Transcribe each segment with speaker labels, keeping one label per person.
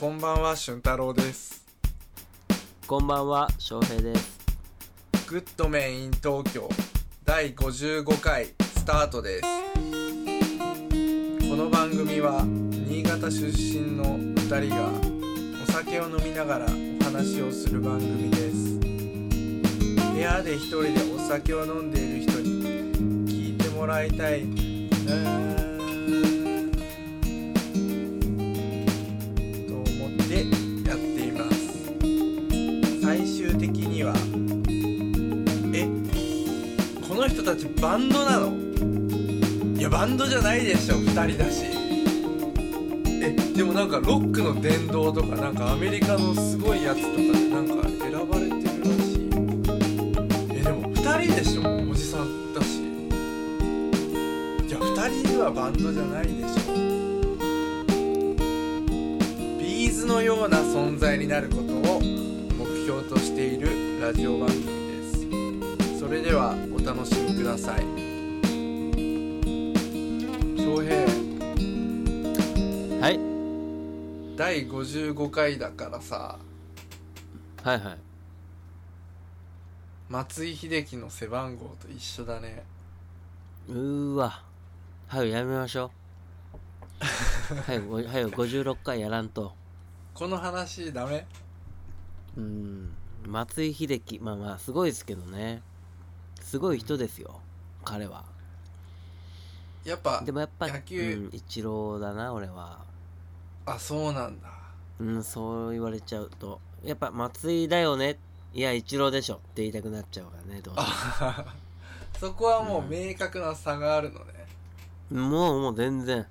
Speaker 1: こんばんは、俊太郎です。
Speaker 2: こんばんは、翔平です。
Speaker 1: グッドメイン東京第55回スタートです。この番組は新潟出身の2人がお酒を飲みながらお話をする番組です。部屋で一人でお酒を飲んでいる人に聞いてもらいたいなと思ってやっています。最終的にはえこの人たちバンドなのいやバンドじゃないでしょ2人だしえでもなんかロックの殿堂とかなんかアメリカのすごいやつとかでなんか選ばれてるらしいえでも2人でしょおじさんだしいや2人はバンドじゃないでしょビーズのような存在になることを目標としているラジオ番組ですそれではお楽しみください翔平
Speaker 2: はい。
Speaker 1: 第55回だからさ
Speaker 2: はいはい。
Speaker 1: 松井秀喜の背番号と一緒だね
Speaker 2: うーわ。はい、やめましょう。 はい、ごはい、56回やらんと。
Speaker 1: この話ダメ
Speaker 2: うーん。松井秀喜、まあまあ、すごいですけどね。すごい人ですよ。彼は。
Speaker 1: やっぱ
Speaker 2: でもやっぱ、
Speaker 1: 野球
Speaker 2: うん、一郎だな、俺は。
Speaker 1: あそうなんだ
Speaker 2: うん、そう言われちゃうと。やっぱ、松井だよね。いや、一郎でしょ。って言いたくなっちゃうからね、どうしても
Speaker 1: あそこはもう明確な差があるのね
Speaker 2: もう、もう全然。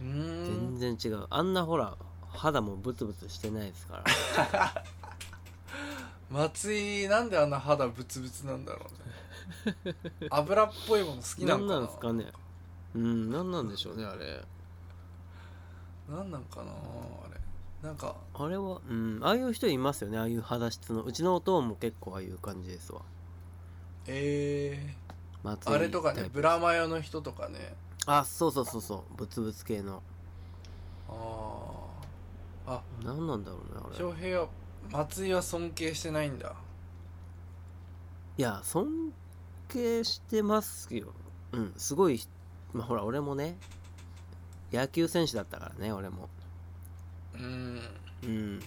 Speaker 1: うーん
Speaker 2: 全然違う。あんなほら、肌もブツブツしてないですから。
Speaker 1: 松井なんであんな肌ブツブツなんだろ うね油っぽいもの好きな
Speaker 2: なんん
Speaker 1: かな
Speaker 2: なんですかねうんなんなんでしょうねあれ
Speaker 1: なんなんかなあれなんか
Speaker 2: あれはうんああいう人いますよねああいう肌質のうちのおとんも結構ああいう感じですわ
Speaker 1: え
Speaker 2: 松
Speaker 1: ー、
Speaker 2: 井
Speaker 1: あれとか
Speaker 2: タ
Speaker 1: ね
Speaker 2: イプ
Speaker 1: ブラマヨの人とかね
Speaker 2: あそうそうそうそうブツブツ系の
Speaker 1: あああ
Speaker 2: なんなんだろうねあれ
Speaker 1: 翔平は松井は尊敬してないんだ
Speaker 2: いや尊敬してますようんすごいひまあほら俺もね野球選手だったからね俺も
Speaker 1: うーん
Speaker 2: うん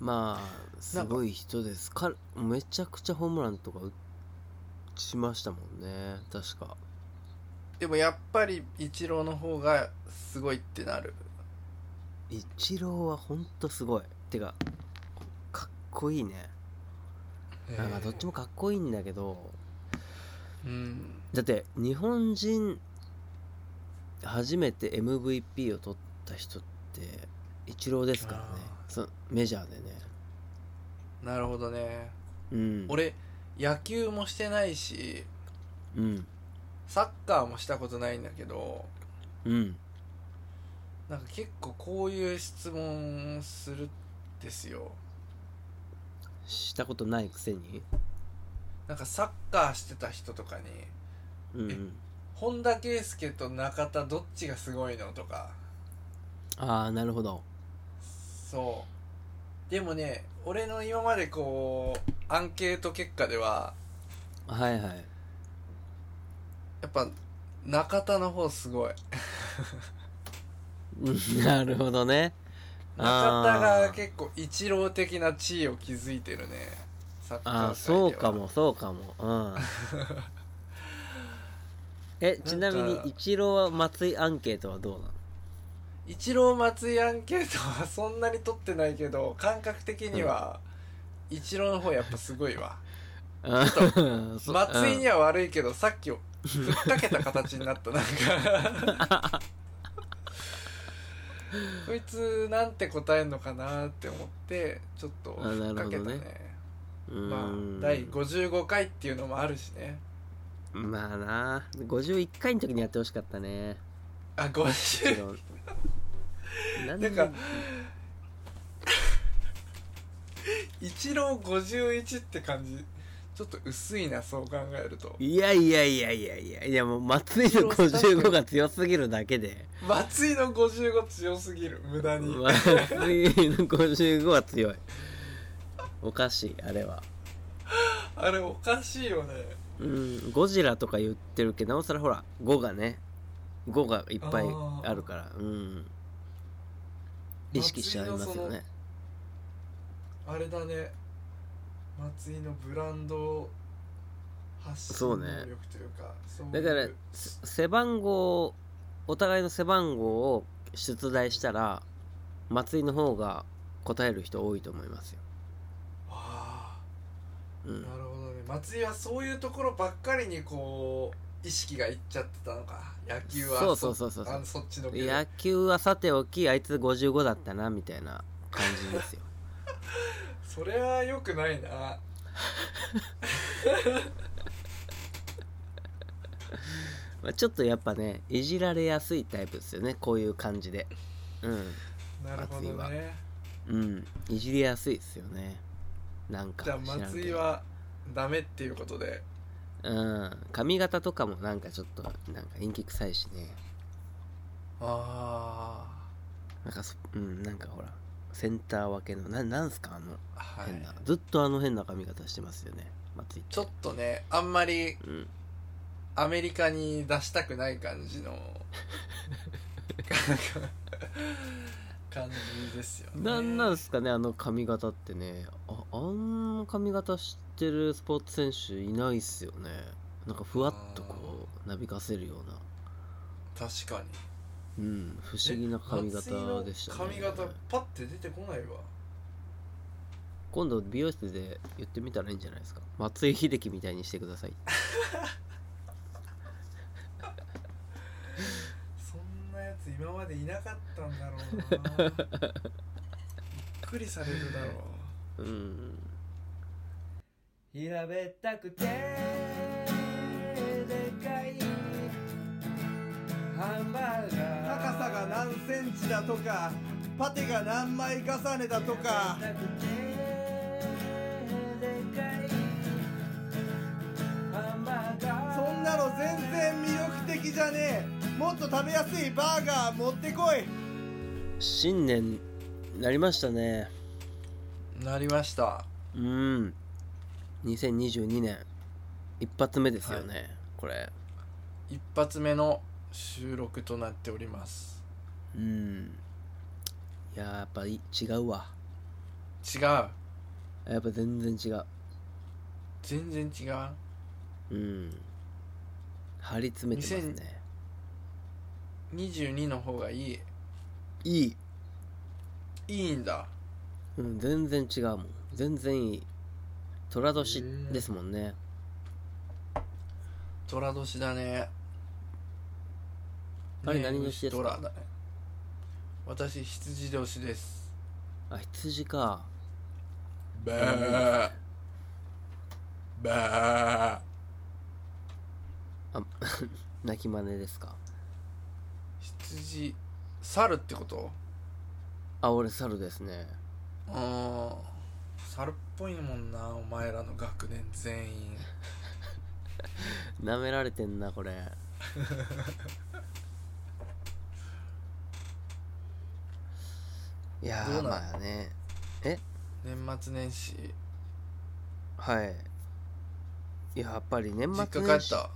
Speaker 2: まあすごい人ですかめちゃくちゃホームランとか打しましたもんね確か
Speaker 1: でもやっぱりイチローの方がすごいってなる
Speaker 2: イチローはほんとすごいてかかっこいいねなんかどっちもかっこいいんだけど
Speaker 1: うん
Speaker 2: だって日本人初めて MVP を取った人ってイチローですからね
Speaker 1: あ
Speaker 2: そメジャーでね
Speaker 1: なるほどね
Speaker 2: うん
Speaker 1: 俺野球もしてないし
Speaker 2: うん
Speaker 1: サッカーもしたことないんだけど
Speaker 2: うん
Speaker 1: なんか結構こういう質問するんですよ
Speaker 2: したことないくせに
Speaker 1: なんかサッカーしてた人とかに
Speaker 2: うんうん
Speaker 1: 「本田圭佑と中田どっちがすごいの?」とか
Speaker 2: ああなるほど
Speaker 1: そうでもね俺の今までこうアンケート結果では
Speaker 2: はいはい
Speaker 1: やっぱ中田の方すごい
Speaker 2: うんなるほどね
Speaker 1: 中田
Speaker 2: あ
Speaker 1: が
Speaker 2: ー
Speaker 1: 結構一郎的な地位を築いてるねサッカー界で
Speaker 2: あ
Speaker 1: は
Speaker 2: あそうかもそうかもうん えちなみに
Speaker 1: なんか
Speaker 2: イチローは松井アンケートはどうなの
Speaker 1: 一郎松井アンケートはそんなに取ってないけど感覚的には一郎の方やっぱすごいわ
Speaker 2: うん そう
Speaker 1: 松井に
Speaker 2: うん
Speaker 1: は悪いけどさっきをふっかけた形になったなんかこいつなんて答えんのかなって思ってちょっと
Speaker 2: あ
Speaker 1: ふ
Speaker 2: な
Speaker 1: っ
Speaker 2: る
Speaker 1: か
Speaker 2: ほ
Speaker 1: け
Speaker 2: ど
Speaker 1: た
Speaker 2: ね
Speaker 1: ね
Speaker 2: う
Speaker 1: ま
Speaker 2: ん
Speaker 1: あ第55回っていうのもあるしね
Speaker 2: まあな51回の時にやってほしかっ たね
Speaker 1: あ
Speaker 2: イチ
Speaker 1: 50
Speaker 2: ローなん
Speaker 1: な
Speaker 2: で
Speaker 1: んか一郎51って感じちょっと薄いなそう考えると
Speaker 2: いやいやいやいやいやいやもう松井の55が強すぎるだけで
Speaker 1: 松井の55強すぎる無駄に
Speaker 2: 松井の55は強いおかしいあれは
Speaker 1: あれおかしいよね
Speaker 2: うんゴジラとか言ってるけどなおさらほら5がね5がいっぱいあるからうん意識しちゃいますよね
Speaker 1: あれだね松井のブランド発信
Speaker 2: そう
Speaker 1: 能
Speaker 2: ね
Speaker 1: 力というかそう
Speaker 2: だから
Speaker 1: いう
Speaker 2: せ背番号お互いの背番号を出題したら松井の方が答える人多いと思いますよ、
Speaker 1: あ
Speaker 2: う
Speaker 1: あ
Speaker 2: ん
Speaker 1: な、るほどね松井はそういうところばっかりにこう意識がいっちゃってたのか野球は
Speaker 2: そうそうそうそう
Speaker 1: あのそっちのけど
Speaker 2: 野球はさておきあいつ55だったなみたいな感じですよ
Speaker 1: それはよくないな
Speaker 2: まあちょっとやっぱねいじられやすいタイプですよねこういう感じでうん
Speaker 1: なるほ
Speaker 2: 松井
Speaker 1: ど
Speaker 2: は
Speaker 1: ね
Speaker 2: うんいじりやすいですよねなんか
Speaker 1: じゃあ
Speaker 2: 知らんけど
Speaker 1: 松井はダメっていうことで
Speaker 2: うん髪型とかもなんかちょっとなんか陰気臭いしね
Speaker 1: あ
Speaker 2: なんかそうんなんかほらセンター分けのななんすかあの
Speaker 1: あは
Speaker 2: 変
Speaker 1: い
Speaker 2: な、ずっとあの変な髪型してますよね松井
Speaker 1: ちょっとねあんまり
Speaker 2: うん
Speaker 1: アメリカに出したくない感じ の感じですよね
Speaker 2: なんなんすかねあの髪型ってねああんな髪型してるスポーツ選手いないっすよねなんかふわっとこうなびかせるような
Speaker 1: 確かに
Speaker 2: うん不思議な髪型でし
Speaker 1: 松
Speaker 2: たね
Speaker 1: 井の髪型パッて出てこないわ
Speaker 2: 今度美容室で言ってみたらいいんじゃないですか松井秀喜みたいにしてください
Speaker 1: そんなやつ今までいなかったんだろうなびっくりされるだろう
Speaker 2: うん
Speaker 1: 平べったくてでかいハンバーガー高さが何センチだとかパテが何枚重ねだとかそんなの全然魅力的じゃねえもっと食べやすいバーガー持ってこい
Speaker 2: 新年なりましたね
Speaker 1: なりました
Speaker 2: うん2022年一発目ですよね、これ
Speaker 1: 一発目の収録となっております
Speaker 2: うんいやーやっぱり違うわ
Speaker 1: 違う
Speaker 2: やっぱ全然違う
Speaker 1: 全然違う
Speaker 2: うん張り詰めてますね
Speaker 1: 22の方がいい
Speaker 2: いい、
Speaker 1: いいんだ
Speaker 2: うん、全然違うもん全然いい寅年ですもんね、
Speaker 1: 虎年だね
Speaker 2: あれ
Speaker 1: ねえ
Speaker 2: 何年ですか
Speaker 1: 虎だね私羊年です
Speaker 2: あ羊か
Speaker 1: バーバー
Speaker 2: あ泣き真似ですか
Speaker 1: 羊猿ってこと
Speaker 2: あ俺猿ですね
Speaker 1: うん猿っぽいもんなお前らの学年全員
Speaker 2: なめられてんな これいや
Speaker 1: ど
Speaker 2: ー
Speaker 1: うなん
Speaker 2: まあね
Speaker 1: 年末年始
Speaker 2: はいいややっぱり年
Speaker 1: 実
Speaker 2: 末
Speaker 1: 家
Speaker 2: 年
Speaker 1: 帰っ
Speaker 2: 始
Speaker 1: た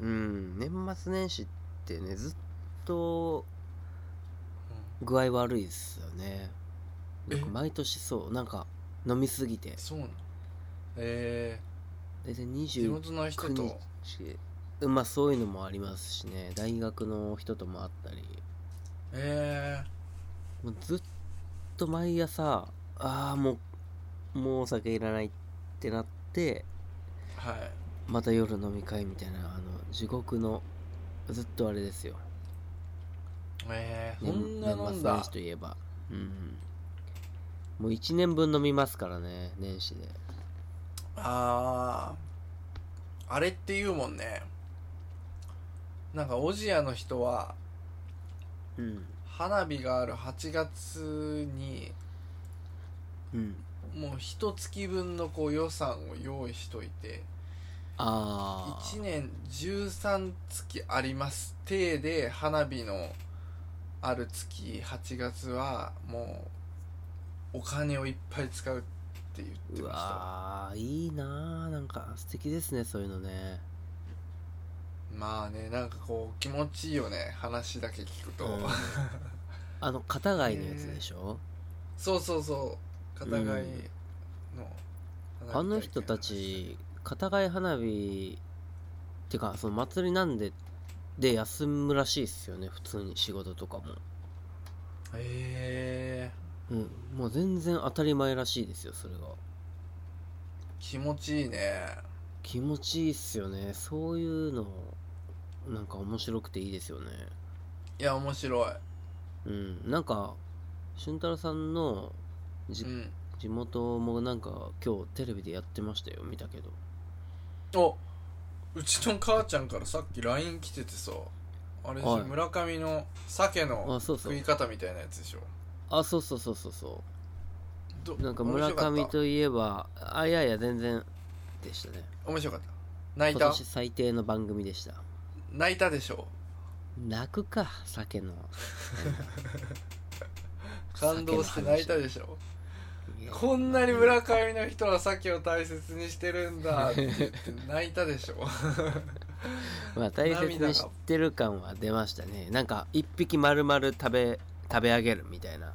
Speaker 2: うん年末年始ってねずっと具合悪いですよねなんか
Speaker 1: え
Speaker 2: 毎年そうなんか飲みすぎて
Speaker 1: そうなのえ
Speaker 2: 大体
Speaker 1: ー、地
Speaker 2: 29
Speaker 1: 元の人と
Speaker 2: 日うんまあそういうのもありますしね大学の人とも会ったり
Speaker 1: え
Speaker 2: もうずっと毎朝ああもうもうお酒いらないってなって
Speaker 1: ー、はい
Speaker 2: また夜飲み会みたいなあの地獄のずっとあれですよ
Speaker 1: えー、
Speaker 2: 年
Speaker 1: そんな飲ん
Speaker 2: 年末年
Speaker 1: だ
Speaker 2: 始といえばうんもう1年分飲みますからね年始で
Speaker 1: あーあれって言うもんねなんかおじやの人は
Speaker 2: うん
Speaker 1: 花火がある8月に
Speaker 2: うん
Speaker 1: もう一月分のこう予算を用意しといて
Speaker 2: ああ
Speaker 1: 1年13月あります体で花火のある月8月はもうお金をいっぱい使うって言って
Speaker 2: う
Speaker 1: ました
Speaker 2: わーいいなーなんか素敵ですねそういうのね
Speaker 1: まあねなんかこう気持ちいいよね話だけ聞くと、
Speaker 2: うんあの片貝のやつでしょ、
Speaker 1: そうそうそう片貝の
Speaker 2: う
Speaker 1: 花火体
Speaker 2: ん
Speaker 1: 験
Speaker 2: あの人たち片貝花火ってかその祭りなんでで休むらしいっすよね普通に仕事とかも
Speaker 1: へえ
Speaker 2: うんもう全然当たり前らしいですよそれが
Speaker 1: 気持ちいいね
Speaker 2: 気持ちいいっすよねそういうのなんか面白くていいですよね
Speaker 1: いや面白い
Speaker 2: うんなんか俊太郎さんのじ
Speaker 1: うん
Speaker 2: 地元もなんか今日テレビでやってましたよ見たけど
Speaker 1: おうちの母ちゃんからさっき LINE 来ててさあれでしょ、
Speaker 2: はい
Speaker 1: 村上の鮭の
Speaker 2: あそうそう
Speaker 1: 食い方みたいなやつでしょ
Speaker 2: あそうそうそうそうそ
Speaker 1: ど
Speaker 2: うなんか村上
Speaker 1: 面白かっ
Speaker 2: といえばあいやいや全然でしたね
Speaker 1: た面白かった泣い
Speaker 2: 今
Speaker 1: た
Speaker 2: 年最低の番組でした
Speaker 1: 泣いたでしょ
Speaker 2: 泣くか酒 の
Speaker 1: 感動して泣いたでしょ
Speaker 2: いや
Speaker 1: こんなに村上の人は鮭を大切にしてるんだって言って泣いたでし ょ
Speaker 2: まあ大切に知ってる感は出ましたねなんか一匹丸々食べ食べ上げるみたいな、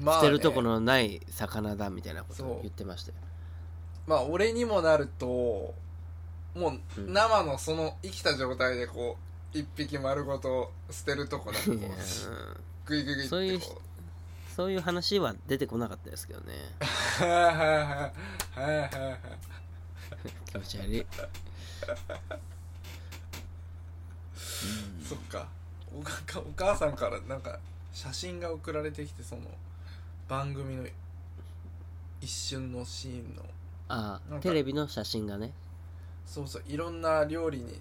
Speaker 1: ま
Speaker 2: 捨
Speaker 1: ね
Speaker 2: てるとこのない魚だみたいなこと
Speaker 1: そう
Speaker 2: を言ってましたよ
Speaker 1: まあ俺にもなるともう
Speaker 2: うん
Speaker 1: 生のその生きた状態でこう一匹丸ごと捨てるとこなんかこ
Speaker 2: いや
Speaker 1: う
Speaker 2: うん
Speaker 1: グイグイグイってこ
Speaker 2: そういう
Speaker 1: う
Speaker 2: そういう話は出てこなかったですけど ね
Speaker 1: はいはいはいはいはいはい
Speaker 2: 気持ち悪い、うん
Speaker 1: そっかおかお母さんからなんか写真が送られてきてその番組の一瞬のシーンの
Speaker 2: あ
Speaker 1: なんか
Speaker 2: テレビの写真がね
Speaker 1: そうそういろんな料理に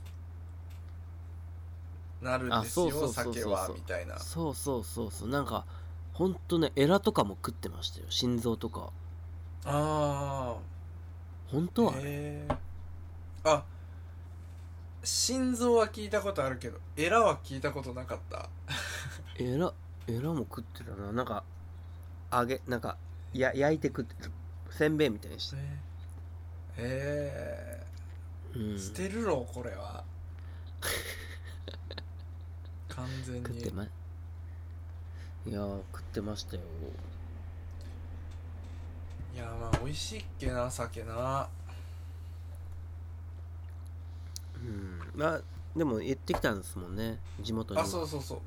Speaker 1: なるんです
Speaker 2: あそうそ
Speaker 1: よ
Speaker 2: うそうそうそう
Speaker 1: 酒はみたいな
Speaker 2: そうそうそうそうなんかほんとねエラとかも食ってましたよ心臓とか
Speaker 1: ああ
Speaker 2: 本当はあれ
Speaker 1: へーあ心臓は聞いたことあるけどエラは聞いたことなかった
Speaker 2: エラエラも食ってたななんか揚げなんかや焼いて食ってたせんべいみたいにして、
Speaker 1: え
Speaker 2: う
Speaker 1: え
Speaker 2: ん、
Speaker 1: 捨
Speaker 2: 食
Speaker 1: てるろこれは完全
Speaker 2: っ
Speaker 1: に
Speaker 2: てまいやー食ってましたよ
Speaker 1: いやまあ美味しいっけな酒な
Speaker 2: うんまあでも言ってきたんですもんね地元に
Speaker 1: あそうそうそう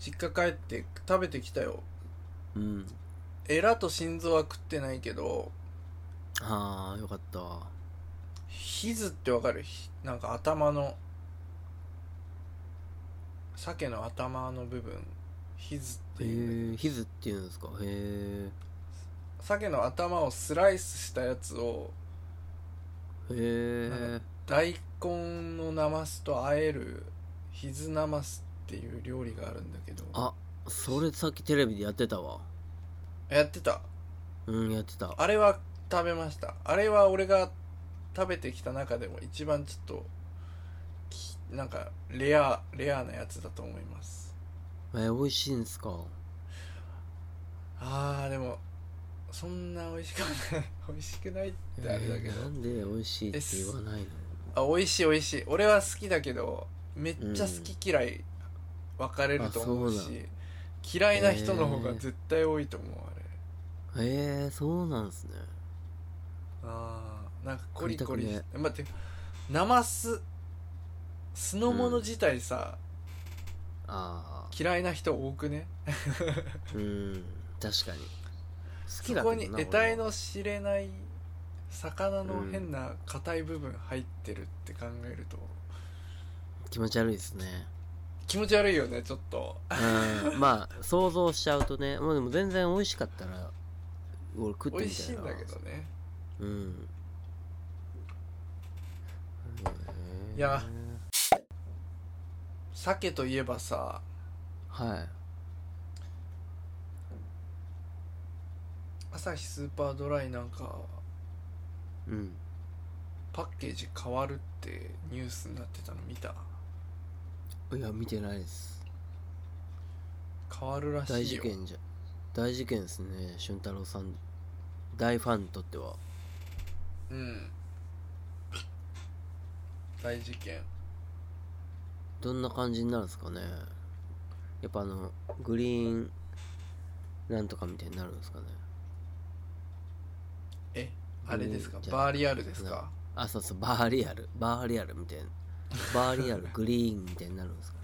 Speaker 1: 実家帰って食べてきたよ
Speaker 2: うん
Speaker 1: エラと心臓は食ってないけど
Speaker 2: ああよかったあ
Speaker 1: ヒズってわかるひなんか頭の鮭の頭の部分ヒズって
Speaker 2: へ
Speaker 1: いう
Speaker 2: えヒズっていうんですかへえ
Speaker 1: 鮭の頭をスライスしたやつを
Speaker 2: へ
Speaker 1: なん
Speaker 2: え
Speaker 1: か大根のナマスと和えるヒズナマスっていう料理があるんだけど
Speaker 2: あそれさっきテレビでやってたわ
Speaker 1: やってた
Speaker 2: うんやってた
Speaker 1: あれは食べましたあれは俺が食べてきた中でも一番ちょっときなんかレアレアなやつだと思います
Speaker 2: えー、美味しいんですか
Speaker 1: あーでもそんな美味しくはない 美味しくないってあれだけど
Speaker 2: えーなんで美味しいって言わないの
Speaker 1: あ美味しい美味しい俺は好きだけどめっちゃ好き嫌い分かれると思う
Speaker 2: あそう
Speaker 1: し、嫌いな人の方が絶対多いと思うあれ
Speaker 2: へえー、そうなんですね
Speaker 1: あーなんかコリコ
Speaker 2: 食い
Speaker 1: リ
Speaker 2: たく
Speaker 1: し
Speaker 2: ね
Speaker 1: て待ってナマス酢の物自体さ、
Speaker 2: ああ
Speaker 1: 嫌いな人多くね
Speaker 2: うん確かに好き
Speaker 1: そ
Speaker 2: だ
Speaker 1: こ
Speaker 2: け
Speaker 1: に
Speaker 2: どな
Speaker 1: 得体
Speaker 2: 俺は
Speaker 1: の知れない魚の変な硬い部分入ってるって考えると、
Speaker 2: 気持ち悪いですね
Speaker 1: 気持ち悪いよねちょっと
Speaker 2: うんまあ想像しちゃうとねもうでも全然美味しかったら俺食ってみたいな
Speaker 1: 美味しいんだけどね
Speaker 2: うんへー
Speaker 1: いや鮭といえばさ
Speaker 2: はい
Speaker 1: 朝日スーパードライなんか
Speaker 2: うん
Speaker 1: パッケージ変わるってニュースになってたの見た
Speaker 2: いや見てないです
Speaker 1: 変わるらしいよ
Speaker 2: 大事件じゃ大事件ですね俊太郎さん大ファンにとっては
Speaker 1: うん大事件
Speaker 2: どんな感じになるんですかねやっぱあのグリーンなんとかみたいになるんですかね
Speaker 1: えあれですか
Speaker 2: うんじゃあ
Speaker 1: バーリアルですか
Speaker 2: あそうそうバーリアルバーリアルみたいなバーリアルグリーンみたいになるんです か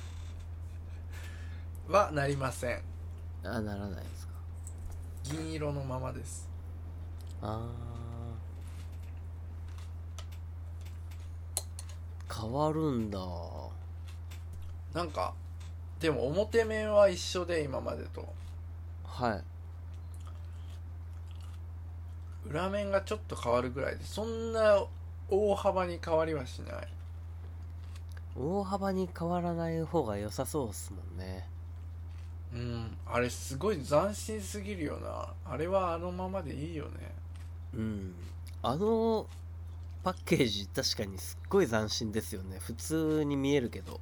Speaker 1: はなりません
Speaker 2: あならないですか
Speaker 1: 銀色のままです
Speaker 2: あー変わるんだは
Speaker 1: なんかでも表面は一緒で今までと
Speaker 2: い
Speaker 1: 裏面がちょっと変わるぐらいでそんな大幅に変わりはしない
Speaker 2: 大幅に変わらない方が良さそうっすもんね
Speaker 1: うんあれすごい斬新すぎるよなあれはあのままでいいよね
Speaker 2: うんあのパッケージ確かにすっごい斬新ですよね普通に見えるけど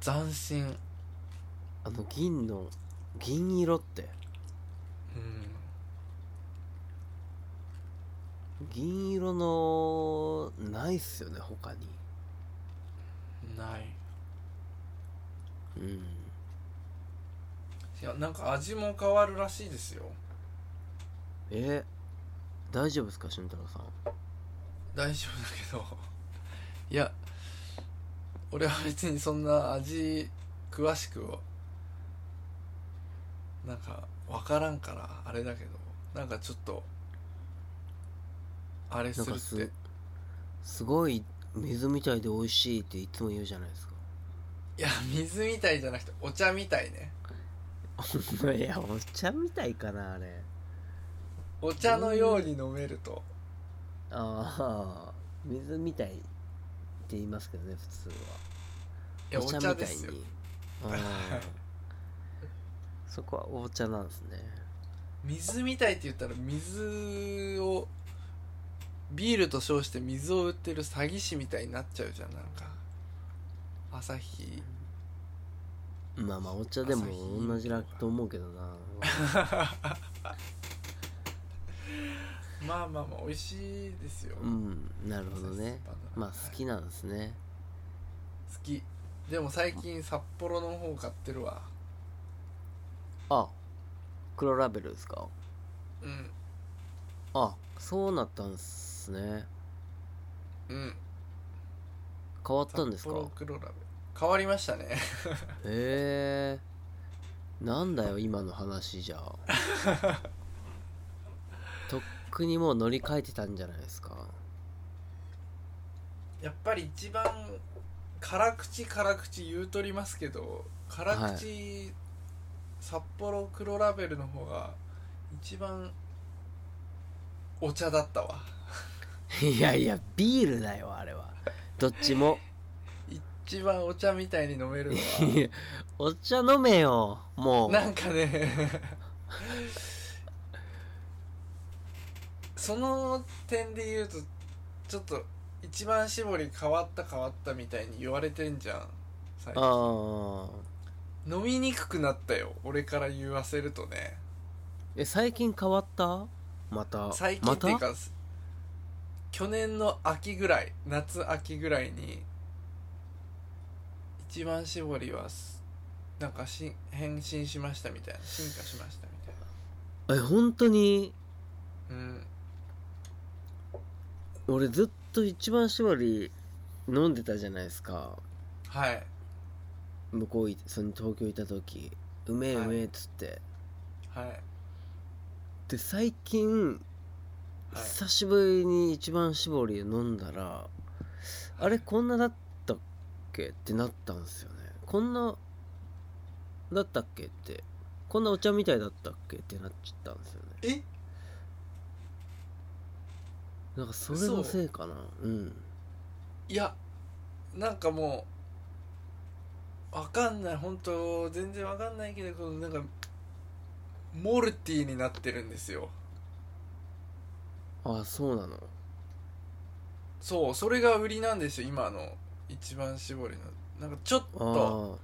Speaker 1: 斬新うん
Speaker 2: あの銀の銀色って銀色のないっすよね他に
Speaker 1: ない
Speaker 2: うん
Speaker 1: いやなんか味も変わるらしいですよ
Speaker 2: え大丈夫ですか俊太郎さん
Speaker 1: 大丈夫だけどいや俺は別にそんな味詳しくなんか分からんからあれだけどなんかちょっとあれす
Speaker 2: なん
Speaker 1: る
Speaker 2: か
Speaker 1: って
Speaker 2: すすごい水みたいで美味しいっていつも言うじゃないですか
Speaker 1: いや水みたいじゃなくてお茶みたいね
Speaker 2: いやお茶みたいかなあれ
Speaker 1: お茶のように飲めると
Speaker 2: ああ水みたいって言いますけどね普通はい
Speaker 1: やお茶
Speaker 2: み
Speaker 1: で
Speaker 2: たい
Speaker 1: すよ
Speaker 2: にあ あそこはお茶なんですね
Speaker 1: 水みたいって言ったら水をビールと称して水を売ってる詐欺師みたいになっちゃうじゃんなんか朝日
Speaker 2: まあまあお茶でも
Speaker 1: 朝日
Speaker 2: 同じだと思うけどな
Speaker 1: まあまあまあ美味しいですよ、
Speaker 2: うんなるほど
Speaker 1: 朝日スーパー
Speaker 2: ね
Speaker 1: ドライ
Speaker 2: まあ好きなんですね
Speaker 1: 好きでも最近札幌の方買ってるわ
Speaker 2: あ黒ラベルですか
Speaker 1: うん
Speaker 2: あそうなったんすね
Speaker 1: うん
Speaker 2: 変わったんですか
Speaker 1: 札幌黒ラベル変わりましたね
Speaker 2: へえなんだよ今の 話じゃあとっくにもう乗り換えてたんじゃないですか
Speaker 1: やっぱり一番辛口辛口言うとりますけど辛口、
Speaker 2: は
Speaker 1: 札幌黒ラベルの方が一番お茶だったわ
Speaker 2: いやいやビールだよあれはどっち も
Speaker 1: 一番お茶みたいに飲めるの
Speaker 2: いやお茶飲めよ
Speaker 1: は
Speaker 2: も う
Speaker 1: なんかねその点で言うとちょっと一番搾り変わった変わったみたいに言われてんじゃん最近
Speaker 2: ああ
Speaker 1: 飲みにくくなったよ俺から言わせるとね
Speaker 2: え最近変わったまた
Speaker 1: 最近っていうか、去年の秋ぐらい夏秋ぐらいに一番搾りはすなんかし変身しましたみたいな進化しましたみたい
Speaker 2: またえ本当に
Speaker 1: なうん
Speaker 2: 俺ずっと一番搾り飲んでたじゃないですか
Speaker 1: はい
Speaker 2: 向こういその東京いた時うめえ
Speaker 1: はいう
Speaker 2: めえっつって、
Speaker 1: はい
Speaker 2: で最近、
Speaker 1: はい
Speaker 2: 久しぶりに一番搾り飲んだらあれこんなだったっけってなったんですよねこんなだったっけってこんなお茶みたいだったっけってなっちゃったんですよね
Speaker 1: え
Speaker 2: なんかそれのせいかなうん
Speaker 1: いやなんかもうわかんない本当全然わかんないけどこのなんかモルティーになってるんですよ
Speaker 2: あそうなの
Speaker 1: そうそれが売りなんですよ今の一番搾りのなんかちょっと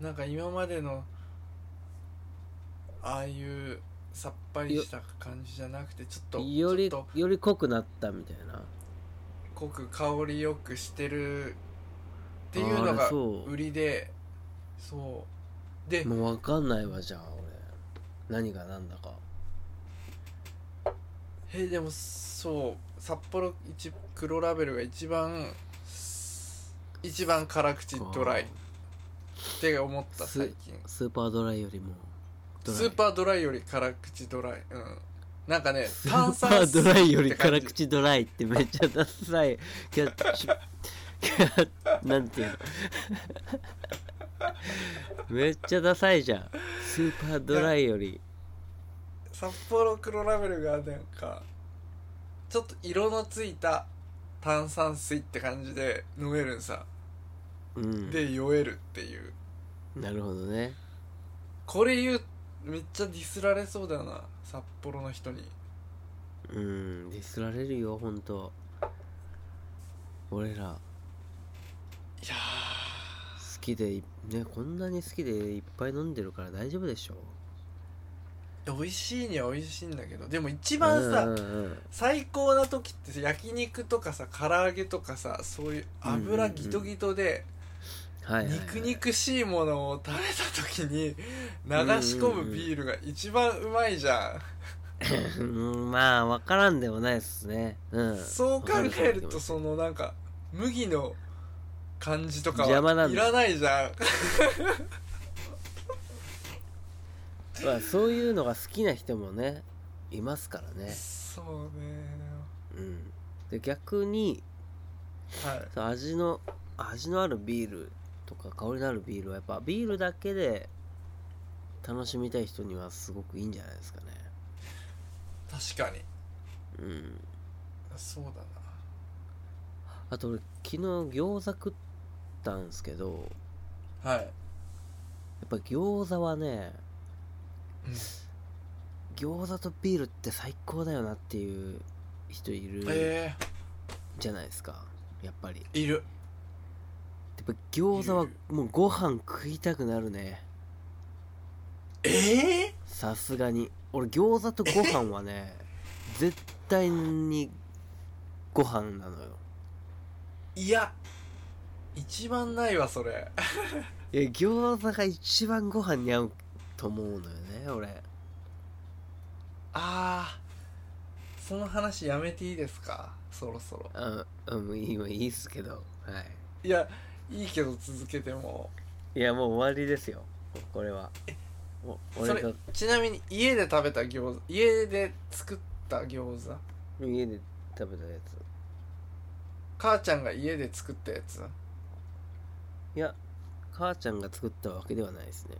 Speaker 2: あ
Speaker 1: なんか今までのああいうさっぱりした感じじゃなくてちょっと
Speaker 2: あより
Speaker 1: ちょっと
Speaker 2: より濃くなったみたいな
Speaker 1: 濃く香りよくしてるっていう
Speaker 2: あ
Speaker 1: の
Speaker 2: ー
Speaker 1: が
Speaker 2: そう
Speaker 1: 売りでそうで
Speaker 2: もう分かんないわじゃあ俺何が何だか
Speaker 1: えでもそう札幌一黒ラベルが一番一番辛口ドライって思った
Speaker 2: す
Speaker 1: 最近
Speaker 2: スーパードライよりもドライ
Speaker 1: スーパードライより辛口ドライうんなんかね
Speaker 2: ス
Speaker 1: 炭
Speaker 2: ーパ
Speaker 1: 酸
Speaker 2: ー
Speaker 1: 水
Speaker 2: ドライよ
Speaker 1: っ
Speaker 2: り
Speaker 1: て感
Speaker 2: 辛
Speaker 1: じ
Speaker 2: 口ドライってめっちゃダサいキャッチキャッなんていうのめっちゃダサいじゃんスーパードライより
Speaker 1: 札幌黒ラベルがなんかちょっと色のついた炭酸水って感じで飲めるんさ
Speaker 2: うん
Speaker 1: で酔えるっていう
Speaker 2: なるほどね
Speaker 1: これ言うめっちゃディスられそうだな札幌の人に
Speaker 2: うんディスられるよほんと俺ら
Speaker 1: いや
Speaker 2: 好きでいねこんなに好きでいっぱい飲んでるから大丈夫でしょ
Speaker 1: ー美味しいには美味しいんだけどでも一番さ、
Speaker 2: うんうんうん
Speaker 1: 最高な時ってさ焼肉とかさ唐揚げとかさそういう油ギトギトで
Speaker 2: はいはいはい
Speaker 1: 肉々しいものを食べた時に流し込むビールが一番うまいじゃん、
Speaker 2: うんまあ分からんでもないっすねうん
Speaker 1: そう考える
Speaker 2: わか
Speaker 1: とそのなんか麦の感じとか
Speaker 2: 邪魔な
Speaker 1: は
Speaker 2: ん
Speaker 1: い
Speaker 2: だ
Speaker 1: らないじゃん
Speaker 2: まあ、そういうのが好きな人もねいますからね、
Speaker 1: そうね
Speaker 2: うん、で逆に
Speaker 1: はい
Speaker 2: そう味の味のあるビールとか香りのあるビールはやっぱビールだけで楽しみたい人にはすごくいいんじゃないですかね
Speaker 1: 確かに
Speaker 2: うん
Speaker 1: そうだ
Speaker 2: あと俺昨日餃子食ったんすけど
Speaker 1: なはい
Speaker 2: やっぱ餃子はね、
Speaker 1: うん
Speaker 2: 餃子とビールって最高だよなっていう人いる
Speaker 1: え
Speaker 2: じゃないですか、やっぱり
Speaker 1: ー、いる
Speaker 2: やっぱ餃子はもうご飯食いたくなるね
Speaker 1: ええ
Speaker 2: さすがに俺餃子とご飯はね 絶対にご飯なのよ
Speaker 1: ー、いや一番ないわそれ
Speaker 2: いや餃子が一番ご飯に合うと思うのよね俺
Speaker 1: あーその話やめていいですかそろそろ
Speaker 2: あうんいいいいっすけどはい
Speaker 1: やいいけど続けても
Speaker 2: いいやもう終わりですよこれはお
Speaker 1: そ
Speaker 2: 俺
Speaker 1: れ
Speaker 2: が
Speaker 1: ちなみに家で食べた餃子家で作った餃子
Speaker 2: 家で食べたやつ
Speaker 1: 母ちゃんが家で作ったやつ
Speaker 2: いや母ちゃんが作ったわけではないですね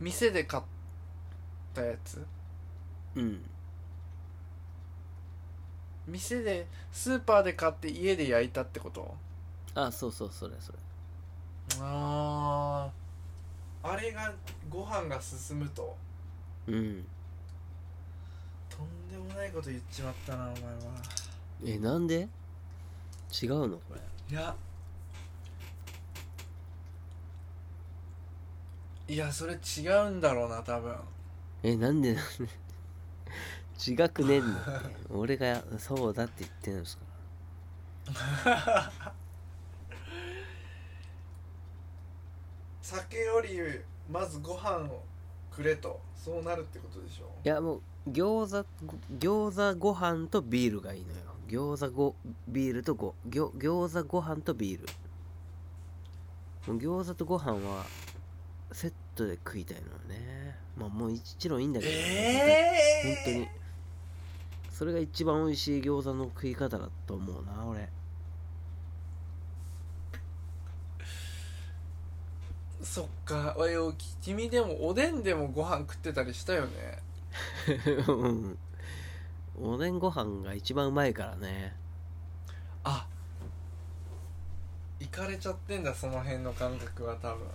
Speaker 1: 店で買ったやつ
Speaker 2: うん
Speaker 1: 店でスーパーで買って家で焼いたってこと
Speaker 2: あそうそうそれそれ
Speaker 1: あああれがご飯が進むと
Speaker 2: うん
Speaker 1: とんでもないこと言っちまったなお前は
Speaker 2: えなんで違うのこれ
Speaker 1: いやいやそれ違うんだろうな多分
Speaker 2: えなんでなんで 違くねえんだって俺がそうだって言ってるんですか
Speaker 1: 酒よりまずご飯をくれとそうなるってことでしょ
Speaker 2: らいやもう餃子ご餃子ご飯とビールがいいのよ餃子ごビールとご餃餃子ご飯とビールもう餃子とご飯はセットで食いたいのよねまあもう一論いいんだけど、
Speaker 1: え
Speaker 2: 本当にそれが一番美味しい餃子の食い方だと思うな俺
Speaker 1: そっかおいおい君でもおでんでもご飯食ってたりしたよね
Speaker 2: うんおでんご飯が一番うまいからね
Speaker 1: あ行かれちゃってんだその辺の感覚は多分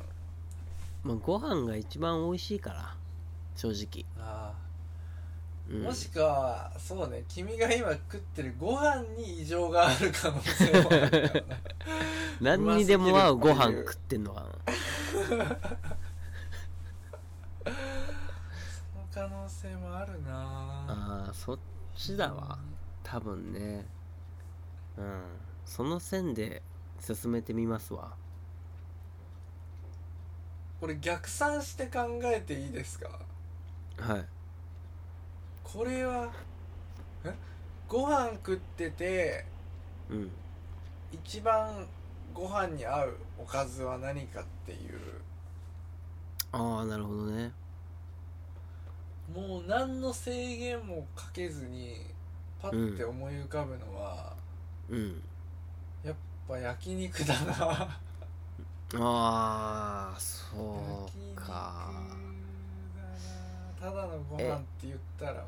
Speaker 2: まあご飯が一番美味しいから正直、
Speaker 1: あ
Speaker 2: う
Speaker 1: ー
Speaker 2: ん、
Speaker 1: もしかはそうね君が今食ってるご飯に異常がある可能性もある からね
Speaker 2: 何にでも合うご飯食ってんのかな
Speaker 1: その可能性もあるな
Speaker 2: あーそっちだわ多分ねうんその線で進めてみますわ
Speaker 1: これ逆算して考えていいですか
Speaker 2: はい
Speaker 1: これはえご飯食ってて
Speaker 2: うん
Speaker 1: 一番ご飯に合うおかずは何かっていう
Speaker 2: ああなるほどね
Speaker 1: もう何の制限もかけずにパッて思い浮かぶのは、
Speaker 2: うん
Speaker 1: やっぱ焼肉だな
Speaker 2: ああ
Speaker 1: 焼
Speaker 2: そう
Speaker 1: 肉だ
Speaker 2: か
Speaker 1: なただのご飯って言ったらも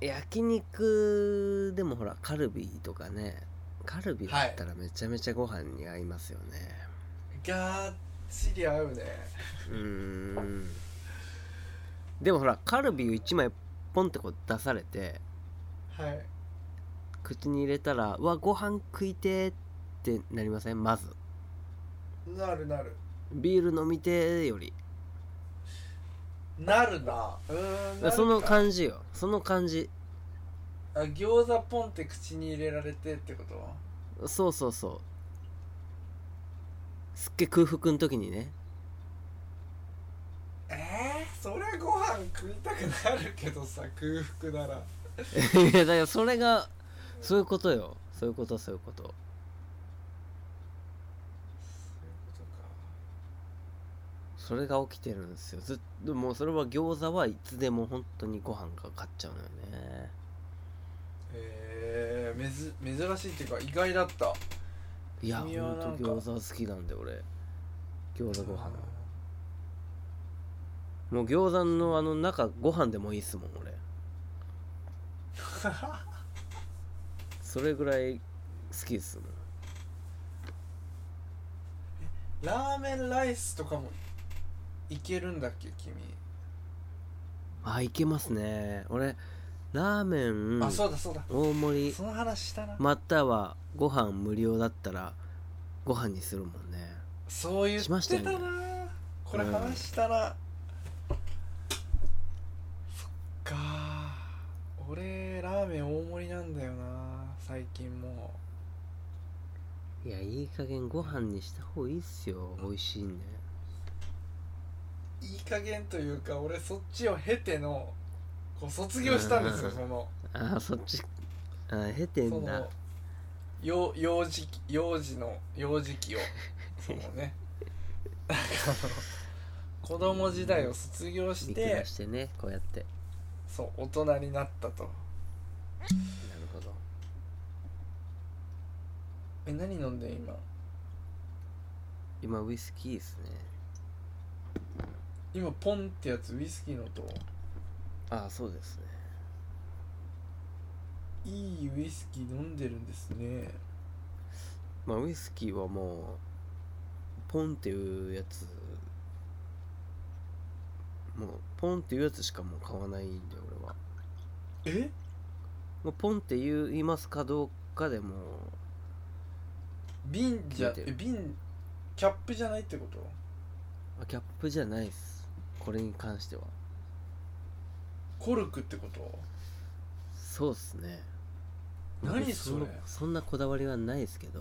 Speaker 2: 焼肉でもほらカルビとかねカルビだったらめちゃめちゃご飯に合いますよね、
Speaker 1: うがっちり合うね
Speaker 2: うーんでもほらカルビを1枚ポンってこう出されて
Speaker 1: はい
Speaker 2: 口に入れたら「うわご飯食いてー」ってなりませんまず
Speaker 1: なるなる
Speaker 2: ビール飲みてーより
Speaker 1: なるなうーんなるか
Speaker 2: その感じよその感じ
Speaker 1: あ餃子ポンって口に入れられてってこと
Speaker 2: そうそうそうすっげえ空腹の時にね
Speaker 1: えー、そりゃご飯食いたくなるけどさ空腹なら
Speaker 2: いやだからそれがそういうことよそういうことそういうこと
Speaker 1: そういうことか
Speaker 2: それが起きてるんですよずっともうそれは餃子はいつでも本当にご飯が勝っちゃうのよね
Speaker 1: えー、めず珍しいっていうか意外だった
Speaker 2: いや
Speaker 1: 君はな
Speaker 2: 本
Speaker 1: んか
Speaker 2: 当餃子好きなんで俺餃子ご飯もう餃子のあの中ご飯でもいいっすもん俺それぐらい好きっすもん
Speaker 1: ラーメンライスとかもいけるんだっけ君、
Speaker 2: あいけますね俺ラーメン
Speaker 1: あそうだそうだ
Speaker 2: 大盛り
Speaker 1: その話したな、
Speaker 2: またはご飯無料だったらご飯にするもんね
Speaker 1: そう言って
Speaker 2: しました
Speaker 1: た
Speaker 2: よ
Speaker 1: な
Speaker 2: ね
Speaker 1: これ話したな、そっか俺ラーメン大盛りなんだよな最近もう
Speaker 2: いやいい加減ご飯にした方がいいっすよ美味しいんで
Speaker 1: いい加減というか俺そっちを経てのこう卒業したんですよ
Speaker 2: うん
Speaker 1: その
Speaker 2: あーそっちあー経て
Speaker 1: そ
Speaker 2: んだ
Speaker 1: の幼幼児期幼児の幼児期をそのねなんかあの子供時代を卒業し
Speaker 2: 見下
Speaker 1: て
Speaker 2: してねこうやって
Speaker 1: そう大人になったと
Speaker 2: なるほど
Speaker 1: え何飲んでん今
Speaker 2: 今ウイスキーっすね
Speaker 1: 今ポンってやつウイスキーの音
Speaker 2: ああそうですね
Speaker 1: いいウイスキー飲んでるんですね
Speaker 2: まあウイスキーはもうポンっていうやつもうポンっていうやつしかもう買わないんで俺は
Speaker 1: え
Speaker 2: もうポンって言う言いますかどうかでも
Speaker 1: 瓶じゃ
Speaker 2: 見てる
Speaker 1: え瓶キャップじゃないってこと
Speaker 2: うあキャップじゃないっすこれに関しては
Speaker 1: コルクってこと
Speaker 2: そうっすね
Speaker 1: 何それ
Speaker 2: そんなこだわりはないですけど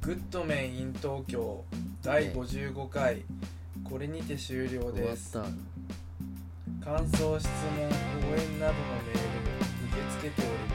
Speaker 1: グッドメン in 東京第55回これにて終了
Speaker 2: 終わ
Speaker 1: で
Speaker 2: っ
Speaker 1: す
Speaker 2: た
Speaker 1: 感想質問応援などのメール受け付けており